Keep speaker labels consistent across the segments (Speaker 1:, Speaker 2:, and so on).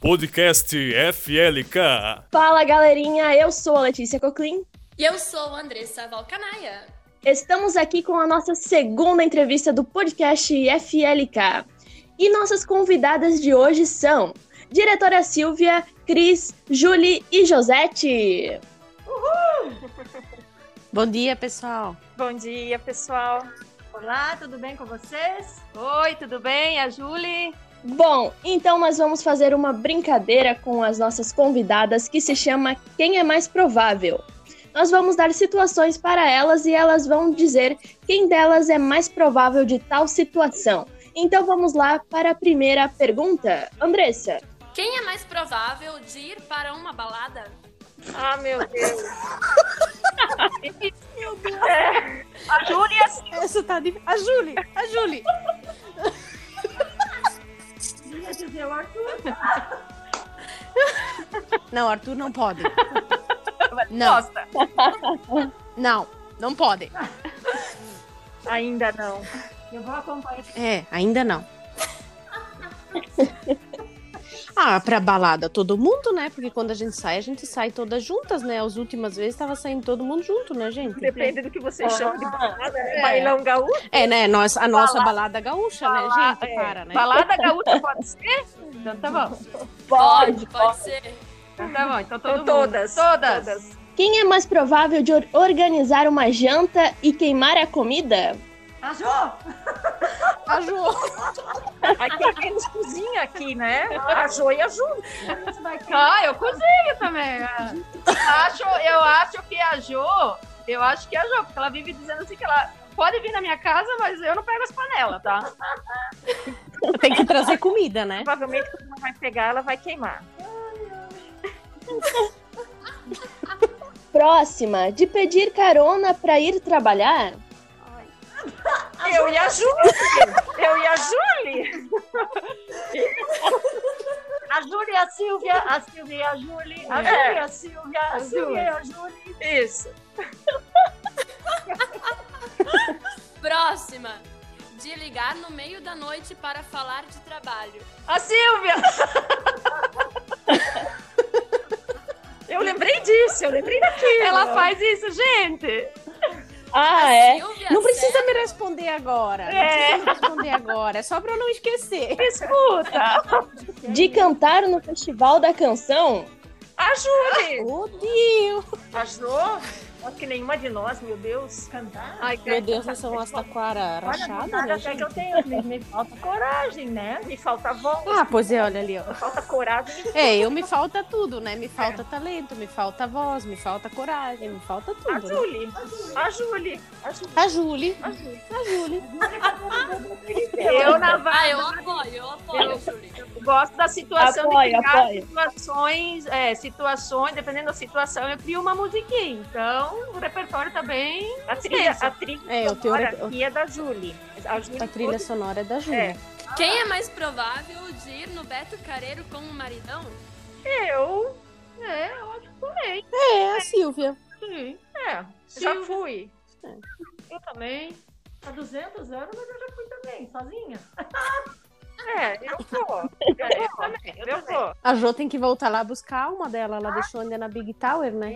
Speaker 1: podcast FLK.
Speaker 2: Fala galerinha, eu sou a Letícia Coclin.
Speaker 3: E eu sou a Andressa Valcanaia.
Speaker 2: Estamos aqui com a nossa segunda entrevista do podcast FLK. E nossas convidadas de hoje são diretora Silvia, Cris, Julie e Josete.
Speaker 4: Bom dia, pessoal.
Speaker 5: Bom dia, pessoal.
Speaker 6: Olá, tudo bem com vocês?
Speaker 5: Oi, tudo bem? A Julie?
Speaker 2: Bom, então nós vamos fazer uma brincadeira com as nossas convidadas que se chama Quem é Mais Provável. Nós vamos dar situações para elas e elas vão dizer quem delas é mais provável de tal situação. Então vamos lá para a primeira pergunta. Andressa,
Speaker 3: Quem é mais provável de ir para uma balada?
Speaker 5: Ah, meu Deus.
Speaker 6: A Júlia,
Speaker 4: Essa tá difícil. A Julie, a Julie.
Speaker 6: ia dizer o Arthur.
Speaker 4: Não, Arthur não pode. Não,
Speaker 6: Nossa,
Speaker 4: não, não pode.
Speaker 5: Ainda não.
Speaker 6: eu vou acompanhar.
Speaker 4: É, ainda não. Ah, pra balada todo mundo, né? Porque quando a gente sai, a gente sai todas juntas, né? As últimas vezes tava saindo todo mundo junto, né, gente?
Speaker 5: Depende do que você chama de balada. né? Bailão gaúcho?
Speaker 4: É, né? Nós, a nossa balada gaúcha, né, gente? Para, né?
Speaker 6: Balada gaúcha pode ser? Então tá bom.
Speaker 3: Pode, pode, ser.
Speaker 6: Então tá bom. Então todo
Speaker 5: Então,
Speaker 6: mundo.
Speaker 5: todas.
Speaker 6: Todas.
Speaker 2: quem é mais provável de or- organizar uma janta e queimar a comida?
Speaker 6: A Jô?
Speaker 4: A Ju.
Speaker 5: Aqui é menos cozinha aqui, né? A Jo e a Ju.
Speaker 6: A gente vai Ah, eu cozinho também. ah. acho, eu acho que a Jô, eu acho que é a Jô, porque ela vive dizendo assim que ela pode vir na minha casa, mas eu não pego as panelas, tá?
Speaker 4: Tem que trazer comida, né?
Speaker 5: Provavelmente quando ela vai pegar, ela vai queimar.
Speaker 2: Próxima, de pedir carona para ir trabalhar?
Speaker 5: eu e a Júlia. Eu e a Júlia.
Speaker 6: A Júlia e a Silvia, a Silvia e a Júlia,
Speaker 5: a Júlia e
Speaker 6: a Silvia,
Speaker 5: É. a Silvia e
Speaker 6: a Júlia.
Speaker 5: Isso.
Speaker 3: Próxima. De ligar no meio da noite para falar de trabalho.
Speaker 5: A Silvia! eu lembrei disso, eu lembrei daquilo.
Speaker 6: Ela faz isso, gente.
Speaker 2: Ah, é?
Speaker 3: Silvia,
Speaker 4: Não precisa
Speaker 3: Sérgio,
Speaker 4: me responder agora. Não precisa
Speaker 5: É.
Speaker 4: me responder agora. É só pra eu não esquecer.
Speaker 5: escuta.
Speaker 2: De
Speaker 3: Uhum.
Speaker 2: cantar no Festival da Canção?
Speaker 5: A Júlia!
Speaker 4: Odio!
Speaker 5: A Jô? Acho que nenhuma de nós, meu Deus. Cantar? Ai,
Speaker 4: Meu Deus, vocês são as taquara
Speaker 5: Olha,
Speaker 4: rachada,
Speaker 5: nada
Speaker 4: né,
Speaker 5: até que
Speaker 4: gente?
Speaker 5: eu tenho. Me, me falta coragem, né? Me falta vontade,
Speaker 4: Ah, pois é, olha ali, ó.
Speaker 5: me falta coragem.
Speaker 4: É, eu me falta tudo, né? Me falta talento, me falta voz, me falta coragem, me falta
Speaker 5: A
Speaker 4: tudo. Né?
Speaker 5: Júlia! A Júlia! A Júlia!
Speaker 4: A Julie.
Speaker 5: A Júlia.
Speaker 4: A Julie.
Speaker 6: Eu na
Speaker 3: Ah, eu apoio, eu apoio, Júlia.
Speaker 6: gosto da situação
Speaker 2: Apoia,
Speaker 6: de criar
Speaker 2: apoia.
Speaker 6: situações, é, situações, dependendo da situação, eu crio uma musiquinha. Então, o repertório tá bem.
Speaker 5: A trilha, a trilha
Speaker 4: É, eu tenho
Speaker 5: sonora
Speaker 4: a-
Speaker 5: aqui é da Júlia. A Júlia
Speaker 4: A trilha sonora é da Julie.
Speaker 5: É.
Speaker 3: Quem é mais provável de ir no Beto Careiro com o maridão?
Speaker 5: Eu
Speaker 6: É, eu acho que também.
Speaker 4: É, a Silvia.
Speaker 6: Sim.
Speaker 5: É, já
Speaker 6: Silvia.
Speaker 5: fui.
Speaker 4: É.
Speaker 6: Eu também. A 200 anos, mas eu já fui também, sozinha.
Speaker 5: É, eu vou.
Speaker 6: É,
Speaker 5: Eu
Speaker 6: eu
Speaker 5: vou.
Speaker 6: também. Eu,
Speaker 5: Eu
Speaker 6: também.
Speaker 5: vou.
Speaker 4: A Jo tem que voltar lá buscar uma dela. Ela deixou ainda na Big Tower, né?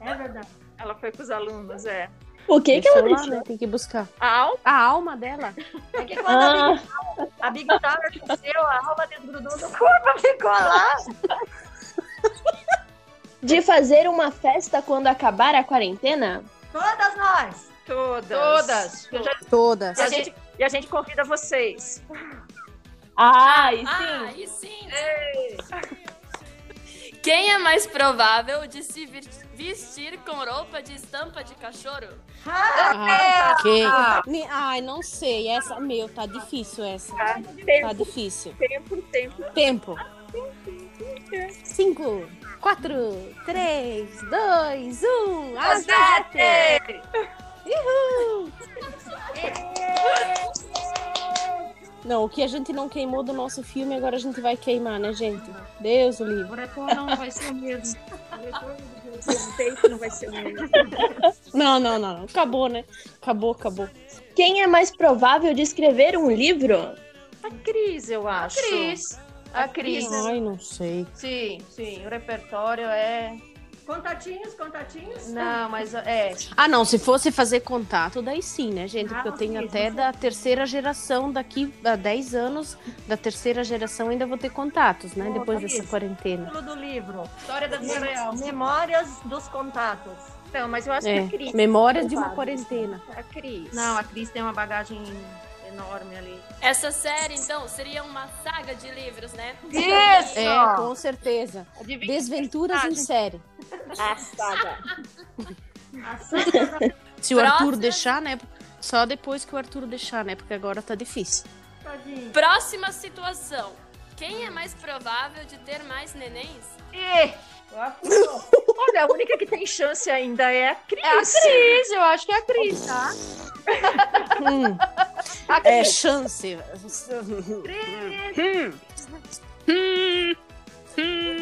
Speaker 6: É verdade.
Speaker 5: Ela foi com os alunos, é.
Speaker 2: O que, que ela
Speaker 4: Deixou lá,
Speaker 2: deixou?
Speaker 4: né? Tem que buscar.
Speaker 5: A alma,
Speaker 4: A alma dela.
Speaker 6: É que quando a,
Speaker 2: Ah,
Speaker 6: Big, a Big Tower cresceu, a alma desgrudou do corpo, ficou lá.
Speaker 2: de fazer uma festa quando acabar a quarentena?
Speaker 6: Todas nós.
Speaker 5: todas.
Speaker 6: Todas.
Speaker 5: Eu já-
Speaker 4: Todas.
Speaker 5: e, a gente, e a gente convida vocês.
Speaker 2: Ah, e
Speaker 3: Ah,
Speaker 2: sim.
Speaker 3: e sim! Quem é mais provável de se vir- vestir com roupa de estampa de cachorro?
Speaker 4: Ah, quem? Ni- Ai, não sei. Essa, meu, tá difícil essa.
Speaker 5: Tá?
Speaker 4: Tá
Speaker 5: Tempo,
Speaker 4: difícil.
Speaker 5: tempo, tempo.
Speaker 4: Tempo. Cinco, quatro, três, dois, um.
Speaker 5: é.
Speaker 6: é
Speaker 4: Azate! Não, o que a gente não queimou do nosso filme, agora a gente vai queimar, né, gente? Deus o livre.
Speaker 6: O retorno não vai ser o mesmo.
Speaker 5: O tempo não vai ser o mesmo.
Speaker 4: Não, não, não. não. Acabou, né? Acabou, acabou.
Speaker 2: Quem é mais provável de escrever um livro?
Speaker 5: A Cris, eu acho.
Speaker 6: Cris. A Cris.
Speaker 4: Ai, não sei.
Speaker 6: Sim, sim. O repertório é.
Speaker 5: Contatinhos, contatinhos?
Speaker 6: Não, mas é.
Speaker 4: Ah, não, se fosse fazer contato, daí sim, né, gente? Porque eu
Speaker 5: Ah,
Speaker 4: tenho
Speaker 5: sim,
Speaker 4: até
Speaker 6: assim.
Speaker 5: sim.
Speaker 4: da terceira geração, daqui a 10 anos, da terceira geração ainda vou ter contatos, né?
Speaker 5: Ô,
Speaker 4: Depois
Speaker 5: Thaís.
Speaker 4: dessa quarentena.
Speaker 5: Título do livro.
Speaker 6: História da vida real.
Speaker 5: Memórias dos contatos.
Speaker 6: Então, mas eu acho
Speaker 4: É,
Speaker 6: que a Cris.
Speaker 4: memória de uma
Speaker 5: Culpado.
Speaker 4: quarentena.
Speaker 5: A Cris.
Speaker 6: Não, a Cris tem uma bagagem enorme ali.
Speaker 3: Essa série, então, seria uma saga de livros, né?
Speaker 6: Isso! É.
Speaker 4: É, com certeza.
Speaker 6: Adivinha.
Speaker 4: Desventuras em
Speaker 6: personagem.
Speaker 4: série.
Speaker 2: Passada.
Speaker 4: Se o Arthur
Speaker 3: Próxima.
Speaker 4: deixar, né? Só depois que o Arthur deixar, né? Porque agora tá difícil.
Speaker 5: Tadinho.
Speaker 3: Próxima situação. Quem é mais provável de ter mais nenéns?
Speaker 6: Ih,
Speaker 5: Eu acho que não.
Speaker 7: Olha, a única que tem chance ainda é a Cris.
Speaker 6: É a Cris, eu acho que é a Cris, tá?
Speaker 4: Hum,
Speaker 6: A Cris.
Speaker 4: é chance.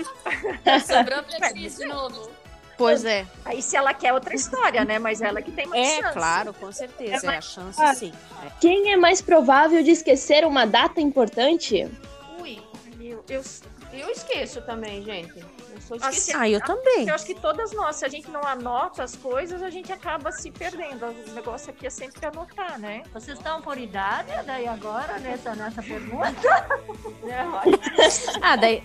Speaker 3: Sobrou pra Cris de novo.
Speaker 4: Pois é.
Speaker 7: Aí se ela quer outra história, né? Mas ela que tem mais chance.
Speaker 4: É, claro, com certeza. É a chance,
Speaker 2: Ah.
Speaker 4: sim.
Speaker 2: Quem é mais provável de esquecer uma data importante?
Speaker 6: Ui, eu, eu, eu esqueço também, gente. Eu sou
Speaker 7: Assim,
Speaker 6: esquecida.
Speaker 4: Ah, eu também.
Speaker 7: Eu acho que todas nós, se a gente não anota as coisas, a gente acaba se perdendo. O negócio aqui é sempre anotar, né?
Speaker 5: Vocês estão por idade, daí agora, nessa, nessa pergunta?
Speaker 6: né? Olha,
Speaker 4: Ah, daí.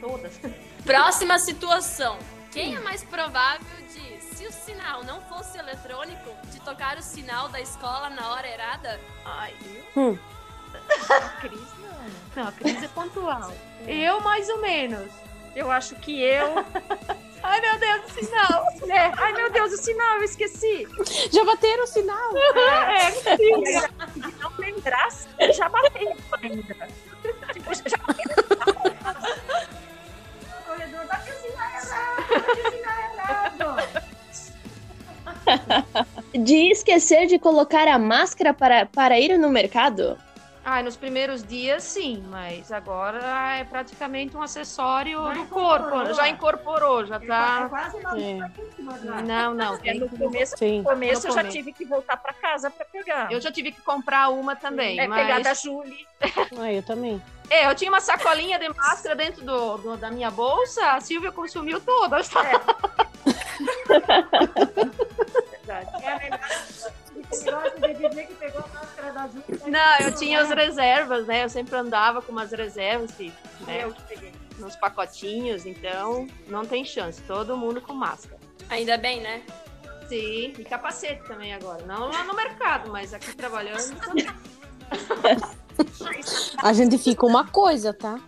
Speaker 6: todas.
Speaker 3: Próxima situação. Quem é mais provável de, se o sinal não fosse eletrônico, de tocar o sinal da escola na hora errada?
Speaker 6: Ai,
Speaker 4: Hum.
Speaker 7: A Cris, não.
Speaker 6: não, a Cris é pontual. Eu, mais ou menos.
Speaker 7: Eu acho que eu.
Speaker 6: Ai, meu Deus, do sinal.
Speaker 7: né? Ai, meu Deus, o sinal, eu esqueci.
Speaker 4: Já bateram o sinal?
Speaker 6: É,
Speaker 7: É. Se não lembrasse, eu já batei ainda. Tipo, já
Speaker 5: No corredor, vai que o sinal é errado, vai que o sinal é errado.
Speaker 2: De esquecer de colocar a máscara para, para ir no mercado?
Speaker 6: Ai, nos primeiros dias, sim, mas agora é praticamente um acessório
Speaker 5: Já
Speaker 6: do corpo.
Speaker 5: incorporou.
Speaker 6: Já incorporou, já
Speaker 5: Tá
Speaker 6: tá.
Speaker 5: quase uma
Speaker 4: É.
Speaker 5: vítima já.
Speaker 6: Não, não.
Speaker 7: é,
Speaker 6: tem-
Speaker 7: no começo,
Speaker 4: Sim.
Speaker 7: no começo
Speaker 6: No
Speaker 7: eu já
Speaker 6: começo.
Speaker 7: tive que voltar pra casa pra pegar.
Speaker 6: Eu já tive que comprar uma também.
Speaker 7: é,
Speaker 6: mas...
Speaker 7: pegar da Julie.
Speaker 4: Ah, eu também.
Speaker 6: É, eu tinha uma sacolinha de máscara dentro do, do- da minha bolsa, a Silvia consumiu toda.
Speaker 5: É a melhor. Esse negócio de dizer que pegou a máscara da Júlia.
Speaker 6: Não, eu tinha as reservas, né? Eu sempre andava com umas reservas, tipo, né?
Speaker 7: Eu que peguei.
Speaker 6: nos pacotinhos, então não tem chance. Todo mundo com máscara.
Speaker 3: Ainda bem, né?
Speaker 6: Sim, e capacete também agora. Não lá no mercado, mas aqui trabalhando. também.
Speaker 4: A gente fica uma coisa, tá?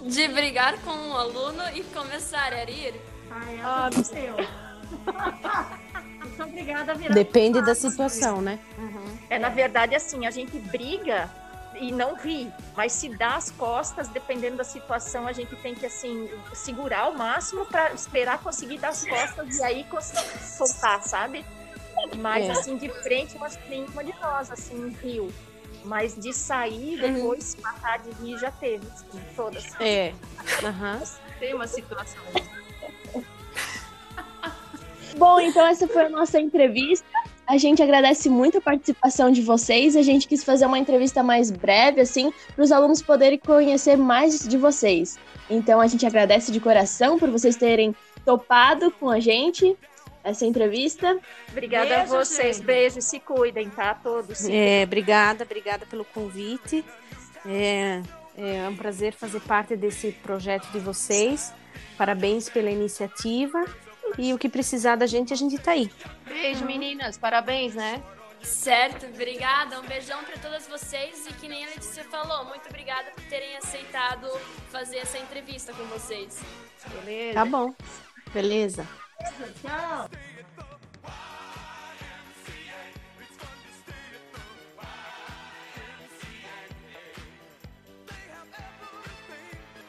Speaker 3: De brigar com um aluno e começar a rir?
Speaker 5: Ah, essa ah, seu. Sou obrigada a virar.
Speaker 6: um
Speaker 4: Depende da situação, né?
Speaker 7: É, na verdade, assim, a gente briga e não ri, mas se dá as costas, dependendo da situação, a gente tem que, assim, segurar ao máximo pra esperar conseguir dar as costas e aí conseguir soltar, sabe? Mas,
Speaker 4: É.
Speaker 7: assim, de frente, umas nenhuma de nós, assim, riu. Mas de sair,
Speaker 4: Uhum.
Speaker 7: depois, se matar de rir, já teve, assim, todas.
Speaker 4: É. Aham.
Speaker 6: Tem uma situação.
Speaker 2: Bom, então essa foi a nossa entrevista. A gente agradece muito a participação de vocês. A gente quis fazer uma entrevista mais breve, assim, para os alunos poderem conhecer mais de vocês. Então a gente agradece de coração por vocês terem topado com a gente essa entrevista.
Speaker 7: Obrigada
Speaker 6: Beijo,
Speaker 7: a vocês,
Speaker 6: gente.
Speaker 7: beijo, se cuidem, tá? Todos.
Speaker 4: É, obrigada, obrigada pelo convite. É, é um prazer fazer parte desse projeto de vocês. Parabéns pela iniciativa. E o que precisar da gente, a gente tá aí.
Speaker 6: Beijo, meninas. Parabéns, né?
Speaker 3: Certo, obrigada. Um beijão pra todas vocês e que nem a Letícia falou, muito obrigada por terem aceitado fazer essa entrevista com vocês.
Speaker 6: Beleza.
Speaker 4: Tá bom. Beleza.
Speaker 5: Tchau.